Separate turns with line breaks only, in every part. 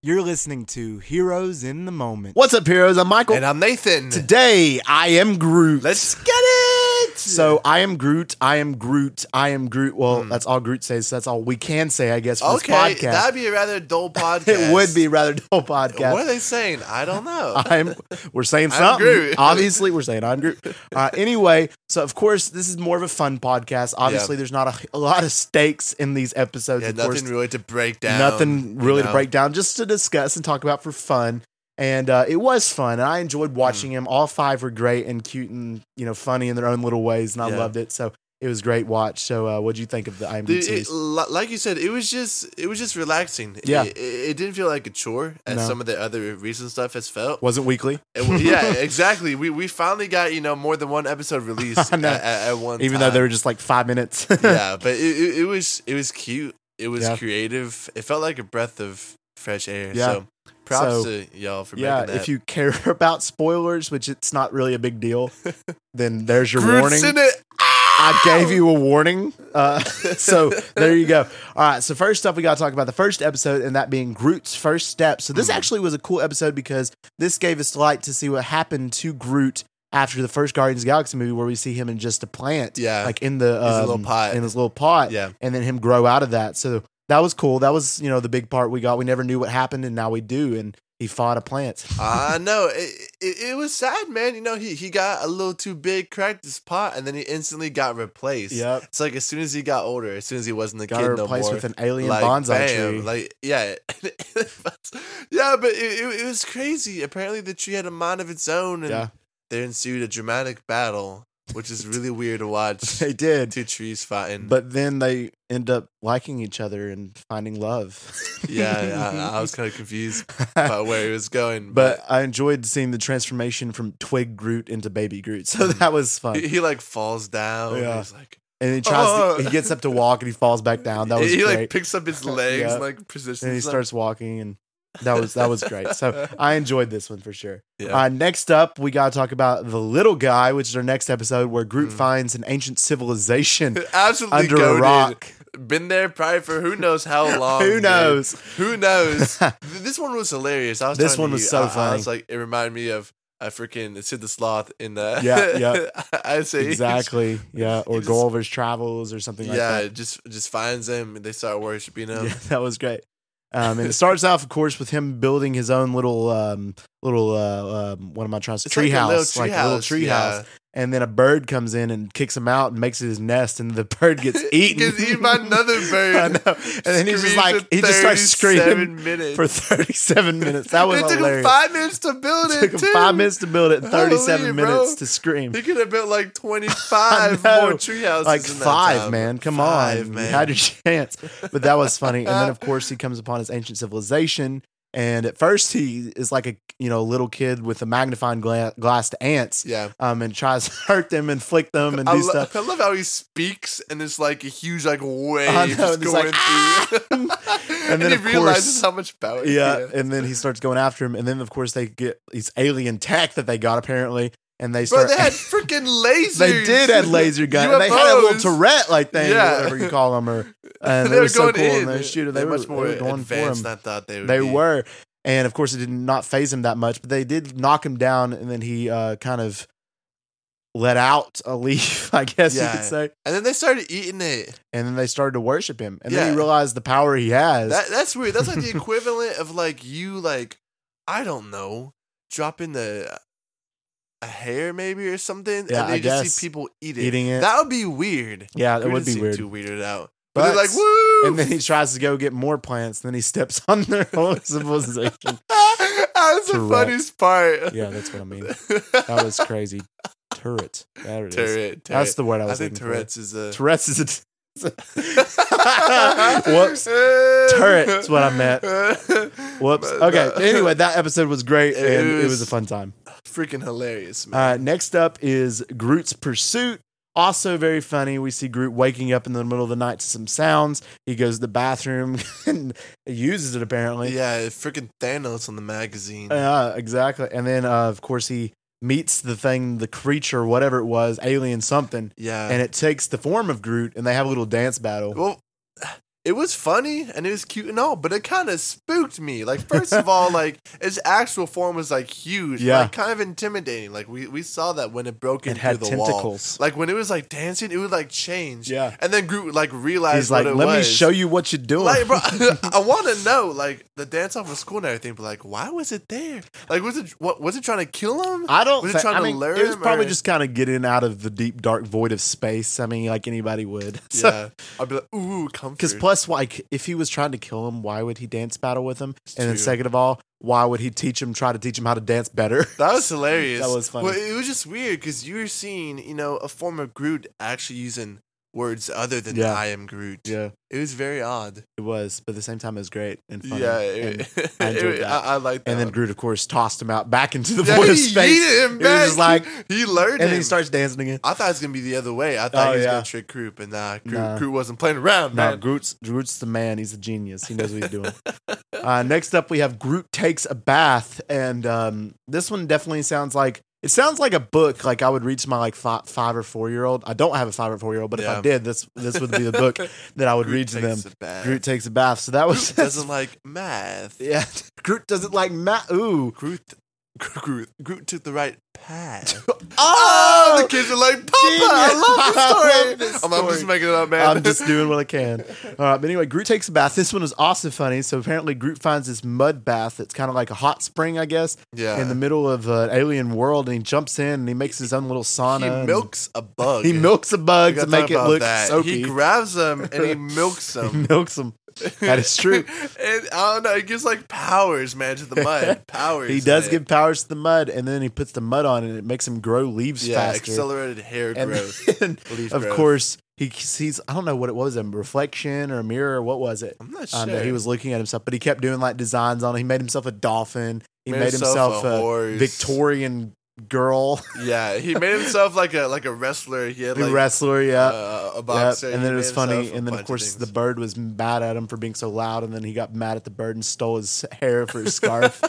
You're listening to Heroes in the Moment.
What's up, heroes? I'm Michael.
And I'm Nathan.
Today, I am Groot.
Let's get it. Hmm.
so I am Groot. I am Groot. I am Groot. Well, that's all Groot says. So that's all we can say, I guess, for
okay,
this podcast.
that'd be a rather dull podcast.
it would be rather dull podcast.
What are they saying? I don't know.
I'm. We're saying
I'm
something.
Groot.
Obviously, we're saying I'm Groot. Uh, anyway, so of course, this is more of a fun podcast. Obviously, there's not a, a lot of stakes in these episodes.
yeah,
of
nothing
course,
really to break down.
nothing
you
really to
know?
break down, just to discuss and talk about for fun. And uh, it was fun, and I
Hmm.
enjoyed watching him. All five were great and cute, and you know, funny in their own little ways, and I
Yeah.
loved it. So it was a great watch. So uh, what'd you think of the IMDb
Dude, it-
series?
li- like you said, it was just it was just relaxing.
Yeah.
it, it, it didn't feel like a chore as
No.
some of the other recent stuff has felt.
Wasn't weekly,
It w- yeah, exactly. We we finally got you know more than one episode released
I know.
at, at, at one.
even though
time.
they were just like five minutes.
yeah, but it, it, it was it was cute. It was
Yeah.
creative. It felt like a breath of fresh air.
Yeah.
So props
So,
to y'all for
yeah.
making that.
If you care about spoilers, which it's not really a big deal, then there's your
Groot's
warning.
in it.
I gave you a warning. Uh, so there you go. All right. So first up, we got to talk about the first episode, and that being Groot's first step. So this
Mm.
actually was a cool episode because this gave us light to see what happened to Groot after the first Guardians of the Galaxy movie, where we see him in just a plant,
Yeah.
like in the
He's a
um,
little pot.
in his little pot,
Yeah.
and then him grow out of that. So that was cool. That was you know the big part we got. We never knew what happened, and now we do. And he fought a plant.
I know Uh, it, it, it was sad, man. You know, he, he got a little too big, cracked his pot, and then he instantly got replaced.
Yep.
It's like as soon as he got older, as soon as he wasn't a
Got
kid no
replaced
more,
with an alien
like,
bonsai
bam,
tree.
Like yeah, yeah, but it, it, it was crazy. Apparently, the tree had a mind of its own, and
Yeah.
there ensued a dramatic battle, which is really weird to watch.
they did.
Two trees fighting,
But then they end up liking each other and finding love.
yeah, I, I was kind of confused about where he was going,
but I enjoyed seeing the transformation from twig Groot into baby Groot. So that was fun.
he, he like falls down. and
uh, Yeah.
He's like.
And he tries
Oh.
to, he gets up to walk and he falls back down. Oh, That was
he he, like
great.
picks up his legs
Yeah.
and like positions
and he
them.
starts walking and that was that was great. So I enjoyed this one for sure.
Yeah.
Uh, next up, we got to talk about the little guy, which is our next episode where Groot
Mm.
finds an ancient civilization
absolutely
under a
goated.
rock.
Been there probably for who knows how long.
Who
dude.
knows?
Who knows? Th- this one was hilarious. I was
This
telling
one was
you,
so
I- I,
funny.
was like, it reminded me of a freaking Sid the Sloth in the
Yeah, yeah.
I say
Exactly. Yeah. Or
just-
Gulliver's Travels or something like that.
Yeah, just just finds them and they start worshiping him.
Yeah, that was great. Um, and it starts off, of course, with him building his own little, um, little, uh, um, what am I trying to say?
It's like a little
Treehouse, like a little
treehouse,
treehouse.
yeah.
And then a bird comes in and kicks him out and makes it his nest, and the bird gets eaten.
Gets eaten by another bird.
I know. And then he's just
Screams
like,
for
he just starts screaming
37 minutes.
for 37 minutes. That was
it took him
hilarious.
five minutes to build it.
It took him
too.
five minutes to build it, and
Hallelujah,
37
bro.
minutes to scream.
He could have built like
I
25
know.
more treehouses.
Like
in that
five,
time.
man. Come
Five,
on,
man.
you had your chance. But that was funny. and then of course he comes upon his ancient civilization, and at first he is like a you know little kid with a magnifying gla- glass to ants,
Yeah.
um, and tries to hurt them and flick them and
I,
do
lo-
stuff.
I love how he speaks and it's like a huge like wave
I know,
just
and he's
going
like, "Ah!"
through. and,
then,
he
of
realizes
course-
how much power. he
Yeah,
has.
and then he starts going after him, and then of course they get these alien tech that they got apparently, and they
Bro,
start.
they had freaking lasers.
They did have laser gun. and They had a little
UFOs.
Tourette like thing,
Yeah.
or whatever you call them, or and
They
they,
were
were so
going
cool.
in.
And they shooter, they
They're
were,
much more
they were going for
advanced
him.
than I thought they would
they
be.
were and of course it did not phase him that much but they did knock him down and then he uh, kind of let out a leaf i guess you
Yeah.
could say
And then they started eating it.
and then they started to worship him and then
Yeah.
he realized the power he has
That, that's weird. That's like the equivalent of like you like I don't know dropping the a hair maybe or something,
Yeah,
and they
I
just
guess.
see people eat it.
eating it
That would be weird.
yeah that
It
would be weird
Too weirded out. But,
but
they're like woo,
and then he tries to go get more plants and then he steps on their whole civilization
that's the
Correct.
funniest part.
yeah that's what i mean
that
that was crazy turret there it is
Tourette.
that's the word i
I,
was
think
looking for.
Tourette's is a
tourette's is a Whoops. Turret's what I meant. Whoops.
But,
Okay.
uh,
Anyway, that episode was great
It
and it
was-
was a fun time.
freaking hilarious, man.
Uh, next up is Groot's Pursuit. Also very funny. We see Groot waking up in the middle of the night to some sounds. He goes to the bathroom and uses it apparently.
yeah, freaking Thanos on the magazine.
Yeah, exactly. And then uh, of course he meets the thing, the creature, whatever it was, alien something,
yeah.
and it takes the form of Groot, and they have a little dance battle.
Well, it was funny and it was cute and all, but it kind of spooked me. Like, first of all, like its actual form was like huge,
Yeah.
like kind of intimidating. Like we we saw that when it broke
It
into
had
the wall.
tentacles.
Like when it was like dancing, it would like change.
Yeah.
and then Groot like realized
He's like,
what it
let me
was.
show you what you're doing.
Like, bro, I want to know. Like the dance off was cool and everything, but like, why was it there? Like, was it what was it trying to kill him?
I don't.
Was it
thi-
trying
I
to
mean,
lure
it was
him,
probably
or-
just kind of getting out of the deep dark void of space. I mean, like anybody would. So,
yeah, I'd be like, ooh, comfort.
Because plus, like, if he was trying to kill him, why would he dance battle with him?
It's
and then
true.
second of all, why would he teach him try to teach him how to dance better?
That was hilarious.
That was funny.
Well, it was just weird because you were seeing, you know, a form of Groot actually using words other than
Yeah.
"I am Groot."
yeah,
It was very odd.
it was. But at the same time, it was great and funny.
Yeah,
and,
it,
I enjoyed
it-
that.
I, I liked that.
and then
one.
Groot, of course, tossed him out back into the
yeah,
void
he
of space,
yeeted him
It was
back.
just like-
he learned.
and then
him.
he starts dancing again.
I thought it was gonna be the other way. I thought
Oh,
he was
yeah.
gonna trick Groot, and nah, Groot,
Nah.
Groot wasn't playing around,
No,
man.
Groot's Groot's the man. He's a genius. He knows what he's doing. uh, next up, we have Groot takes a bath, and um, this one definitely sounds like it sounds like a book. Like I would read to my like five, five or four year old. I don't have a five or four year old, but if I
Yeah.
did, this this would be the book that I would read
Groot
to them.
takes a bath.
Groot takes a bath. So that was
Groot doesn't like math.
yeah. Groot doesn't like Matt. Ooh.
Groot, Groot, Groot took the right path.
Oh,
the kids are like, Papa,
Genius. I
I
love
love this
this
story. I'm, I'm
story.
just making it up, man.
I'm just doing what I can. All right, but anyway, Groot takes a bath. This one was also funny. So apparently, Groot finds this mud bath that's kind of like a hot spring, I guess,
yeah.
in the middle of an alien world, and he jumps in and he makes his own little sauna.
he
and
milks a bug.
He milks a bug
You
to
gotta
make
talk
it
about
look
that.
soapy.
He grabs them and he milks
He
them.
milks them. That is true.
and I don't know. It gives like powers, man, to the mud. Powers.
He does
man.
give powers to the mud, and then he puts the mud on, and it makes him grow leaves
yeah,
faster.
accelerated hair
and
growth.
then,
leaf
of
growth.
course, he sees. I don't know what it was—a reflection or a mirror. or What was it?
I'm not sure.
um, that he was looking at himself, but he kept doing like designs on it. He made himself a dolphin. He made, himself,
a
a,
horse.
Victorian girl,
Yeah, he made himself like a like a wrestler. He had
the
like
wrestler. Yeah.
uh, a
Yep,
boxer.
And
He
then it
made
was
himself
funny.
a
And then, of
bunch
course, the
things.
bird was mad at him for being so loud. And then he got mad at the bird and stole his hair for his scarf.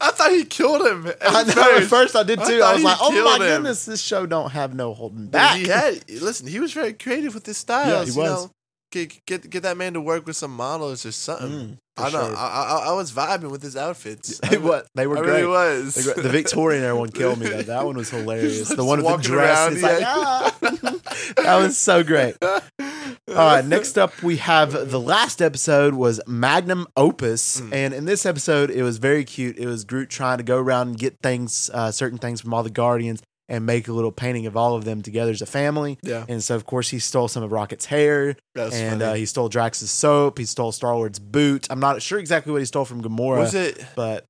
I thought he killed him. At
I know. At
first.
first, I did
I
too. I,
thought
was
he
like, oh my
killed him."
goodness, this show don't have no holding
But
back.
He had listen. He was very creative with his styles.
Yeah, he
you
was.
know? Get, get get that man to work with some models or something.
Mm, for
I know.
sure.
I, I I was vibing with his outfits. I
They
re-
wa- They were
I
great.
really was.
They were great. The Victorian era one killed me though. That one was hilarious. The one with the
Walking
dress.
around,
It's like,
yeah.
"Ah." that was so great. All right, next up we have the last episode was Magnum Opus,
Mm.
and in this episode it was very cute. It was Groot trying to go around and get things, uh, certain things from all the Guardians, and make a little painting of all of them together as a family.
Yeah,
And so, of course, he stole some of Rocket's hair,
that's
and uh,
funny.
he stole Drax's soap. He stole Star Lord's boot. I'm not sure exactly what he stole from Gamora,
was it? It
but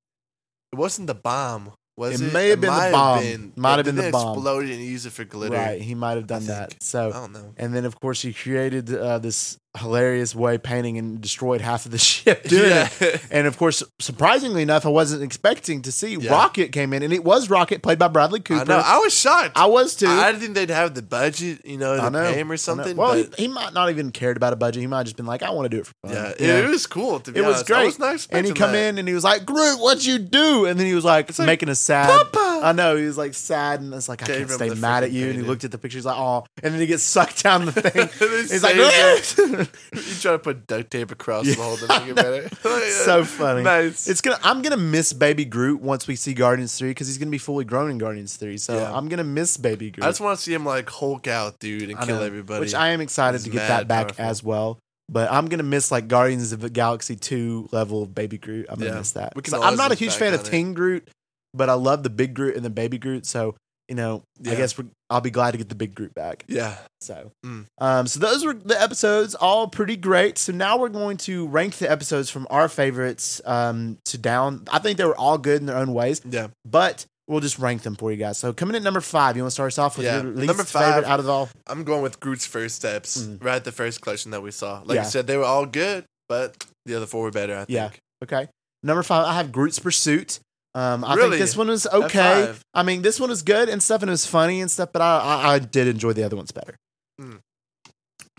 wasn't the bomb. Was
It
it?
may have been the
might
bomb. Might
It
have been the
didn't
bomb.
Exploded and used it for glitter.
right, he might have done
I
that.
think.
So,
I don't know.
and then of course he created uh, this hilarious way painting and destroyed half of the ship doing it. And of course, surprisingly enough, I wasn't expecting to see
Yeah.
Rocket came in, and it was Rocket played by Bradley
I
Cooper.
know. I was shocked.
I was too.
I didn't think they'd have the budget, you know,
I
to
know,
pay him
I
or
know.
something.
Well,
but
he, he might not even cared about a budget. He might have just been like, "I want to do it for fun."
Yeah,
You know?
it was cool. To be
It was
honest.
great.
I was not
and
expecting
he come
that.
in and he was like, "Groot, what you do?" And then he was like,
like,
making a sad.
Papa.
I know he was like sad, and it's like I
Gave
can't
him
stay
the
mad at
freaking
you. And he
painting.
looked at the picture. He's like, "Oh," and then he gets sucked down the thing. he's like,
you try to put duct tape across
Yeah.
the whole thing. to make it better.
So funny.
Nice.
It's gonna. I'm gonna miss Baby Groot once we see Guardians three because he's gonna be fully grown in Guardians three. So
Yeah.
I'm gonna miss Baby Groot.
I just want to see him like Hulk out, dude, and
I
kill
know,
everybody.
which I am excited
He's
to get
mad
that back
powerful.
as well. But I'm gonna miss like Guardians of the Galaxy two level of Baby Groot. I'm gonna
Yeah.
miss that.
We can
So I'm
always
not a
look
huge
back
fan of
on it.
Teen Groot, but I love the Big Groot and the Baby Groot. So you know, I
Yeah.
guess we're, I'll be glad to get the Big Groot back.
yeah,
So,
Mm.
um, so those were the episodes, all pretty great. So now we're going to rank the episodes from our favorites um, to down. I think they were all good in their own ways,
yeah.
but we'll just rank them for you guys. So coming in at number five, you want to start us off with
Yeah.
your least
Number five.
favorite out of all?
I'm going with Groot's first steps,
Mm.
right at the first collection that we saw. Like
Yeah.
I said, they were all good, but the other four were better. I think.
Yeah. Okay, number five, I have Groot's Pursuit. Um, I
Really?
think this one was
At
okay.
five.
I mean, this one was good and stuff, and it was funny and stuff. But I, I, I did enjoy the other ones better.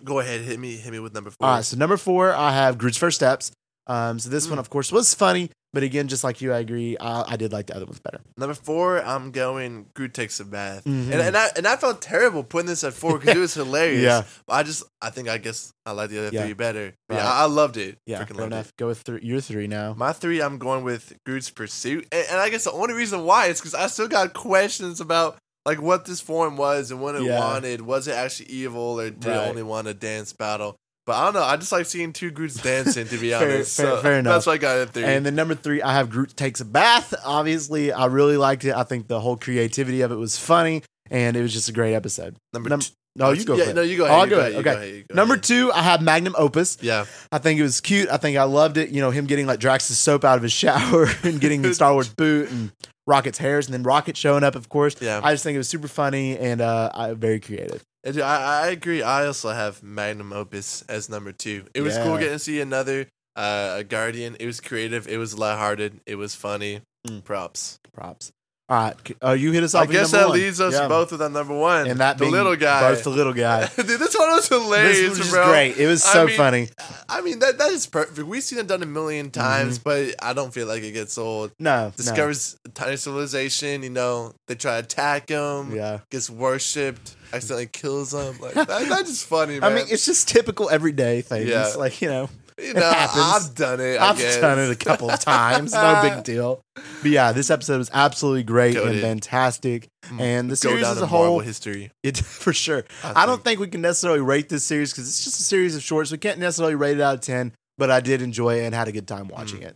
Go ahead, hit
Ah,
me, hit me with number four.
All right, so number four, I have Groot's First Steps. Um, so this one,
Mm.
of course, was funny, But again, just like you, I agree. I, I did like the other ones better.
Number four, I'm going. Groot takes a bath,
Mhm.
and Mm-hmm. and I and I felt terrible putting this at four because it was hilarious.
Yeah.
but I just I think I guess I like the other
Yeah.
three better. But
Right.
Yeah, I, I loved it.
Yeah,
Freaking
fair
loved
enough. Go with three, your three now.
it. My three, I'm going with Groot's pursuit, and, and I guess the only reason why is because I still got questions about like what this form was and what it
Yeah.
wanted. Was it actually evil, or did
Right.
it only want a dance battle? But I don't know. I just like seeing two Groots dancing. To be
Fair-
honest,
fair- fair enough.
That's why I got it at three.
And then number three, I have Groot takes a bath. Obviously, I really liked it. I think the whole creativity of it was funny, and it was just a great episode.
number
num-
two,
No, you go.
Yeah,
for it.
no, you
Oh,
go. Ahead,
I'll
you
go
go
ahead.
ahead, you go
Okay.
ahead, you go
Number
ahead.
two, I have Magnum Opus.
Yeah.
I think it was cute. I think I loved it. You know, him getting like Drax's soap out of his shower and getting the Star Wars boot and Rocket's hairs, and then Rocket showing up, of course.
Yeah.
I just think it was super funny and uh, I, very creative.
And dude, I, I agree. I also have Magnum Opus as number two. It was
Yeah.
cool getting to see another uh, a Guardian. It was creative. It was lighthearted. It was funny.
Mm.
Props.
Props. All right, c- uh, you hit us off.
I
with your
guess
number
that
one.
leaves us
Yeah.
both with our number one.
and that
the
being
little guy.
both the little guy.
dude, this one was hilarious,
this was just
bro.
great. It was
I
so
mean,
funny. Mm-hmm.
I mean, that that is perfect. We've seen it done a million times, but I don't feel like it gets old.
No,
Discovers a tiny civilization. You know, they try to attack him.
No. Yeah.
Gets worshipped. Accidentally kills him. Like that, that's just funny, man.
I mean, it's just typical everyday things.
Yeah.
Like, you know,
You
It
know,
happens.
I've done it. I
I've done it a couple of times. No big deal. But yeah, this episode was absolutely great and
Goated.
fantastic.
Mm,
And the
Go
series
down
as
to
a whole,
Marvel history.
it, for sure. I don't think we can necessarily rate this series because it's just a series of shorts. We can't necessarily rate it out of 10, but I did enjoy it and had a good time watching it.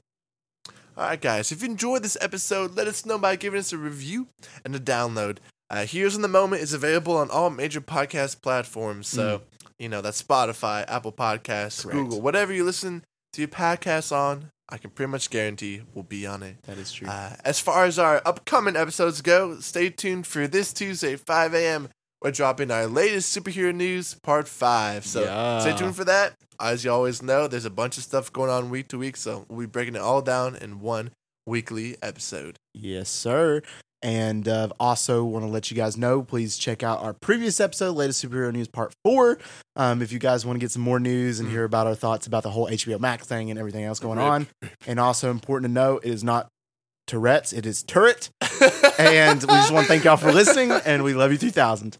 All right, guys. If you enjoyed this episode, let us know by giving us a review and a download. Uh, Here's in the Moment is available on all major podcast platforms. So, you know, that's Spotify, Apple Podcasts,
Mm. Correct.
Google, whatever you listen to your podcasts on, I can pretty much guarantee we'll be on it.
That is true.
Uh, as far as our upcoming episodes go, stay tuned for this Tuesday, 5 a.m. We're dropping our latest superhero news, part five. So
Yeah.
stay tuned for that. As you always know, there's a bunch of stuff going on week to week, so we'll be breaking it all down in one weekly episode.
Yes, sir. And uh, also want to let you guys know, please check out our previous episode, latest superhero news part four. Um, if you guys want to get some more news and hear about our thoughts about the whole HBO Max thing and everything else going
Rip.
on. And also important to know, it is not Tourette's, it is Turret. and we just want to thank y'all for listening, and we love you 3000.